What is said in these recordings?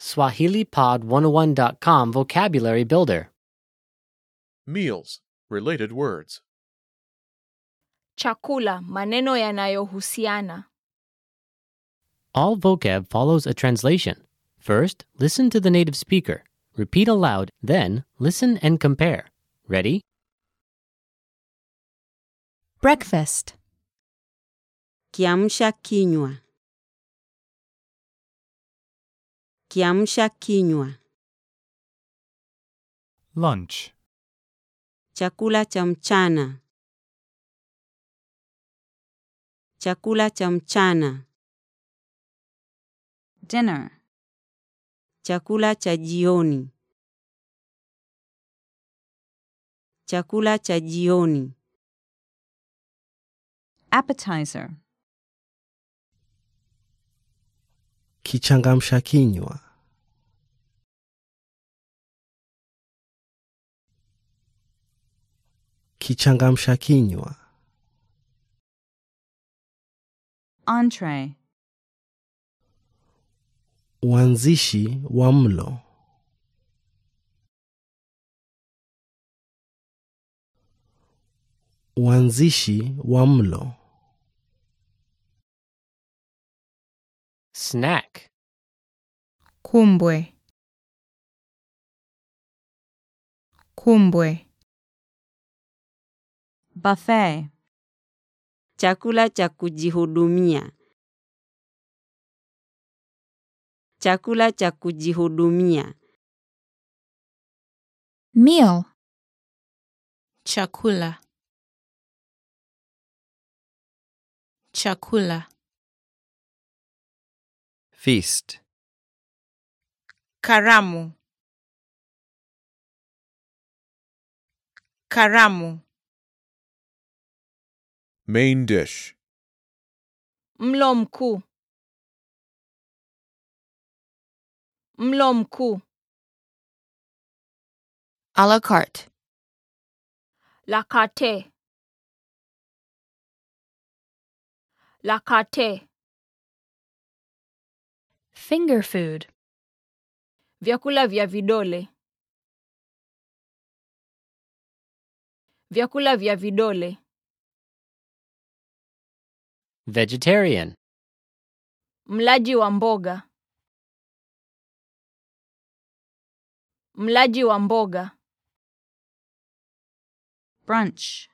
SwahiliPod101.com Vocabulary Builder. Meals. Related words. Chakula, maneno yanayohusiana. All vocab follows a translation. First, listen to the native speaker. Repeat aloud, then, listen and compare. Ready? Breakfast. Kiamsha kinywa. Kiamsha kinywa. Lunch. Chakula cha mchana. Chakula cha mchana. Dinner. Chakula cha jioni. Chakula cha jioni. Appetizer. kichangamsha kinywa, kichangamsha kinywa, Entree. uanzishi wa mlo, uanzishi wa mlo, Snack. Kumbwe. Kumbwe. Buffet. Chakula cha kujihudumia. Chakula cha kujihudumia. Meal. Chakula. Chakula. Feast. Karamu. Karamu. Main dish. Mlo mkuu. Mlo mkuu. A la carte. La carte. La carte. Finger food. Vyakula vya vidole. Vyakula vya vidole. Vegetarian. Mlaji wa mboga. Mlaji wa mboga. Brunch.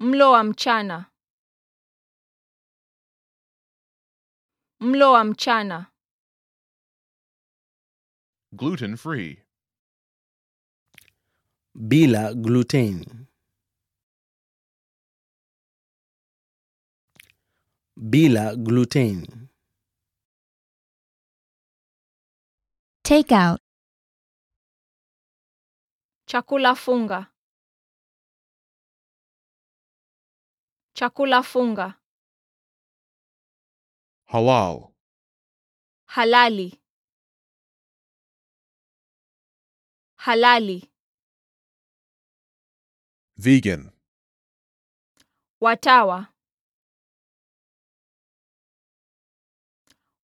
Mlo wa mchana. Mlo wa mchana. Gluten free. bila gluteni, bila gluteni, Takeout. Chakula funga. Chakula funga. Halal. Halali. Halali. Vegan. Watawa.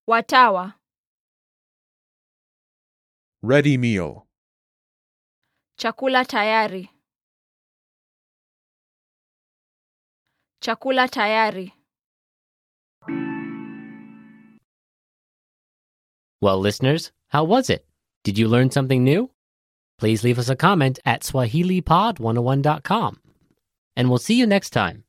Watawa. Ready meal. Chakula tayari. Chakula tayari. Well, listeners, how was it? Did you learn something new? oh Please leave us a comment at SwahiliPod101.com. And we'll see you next time.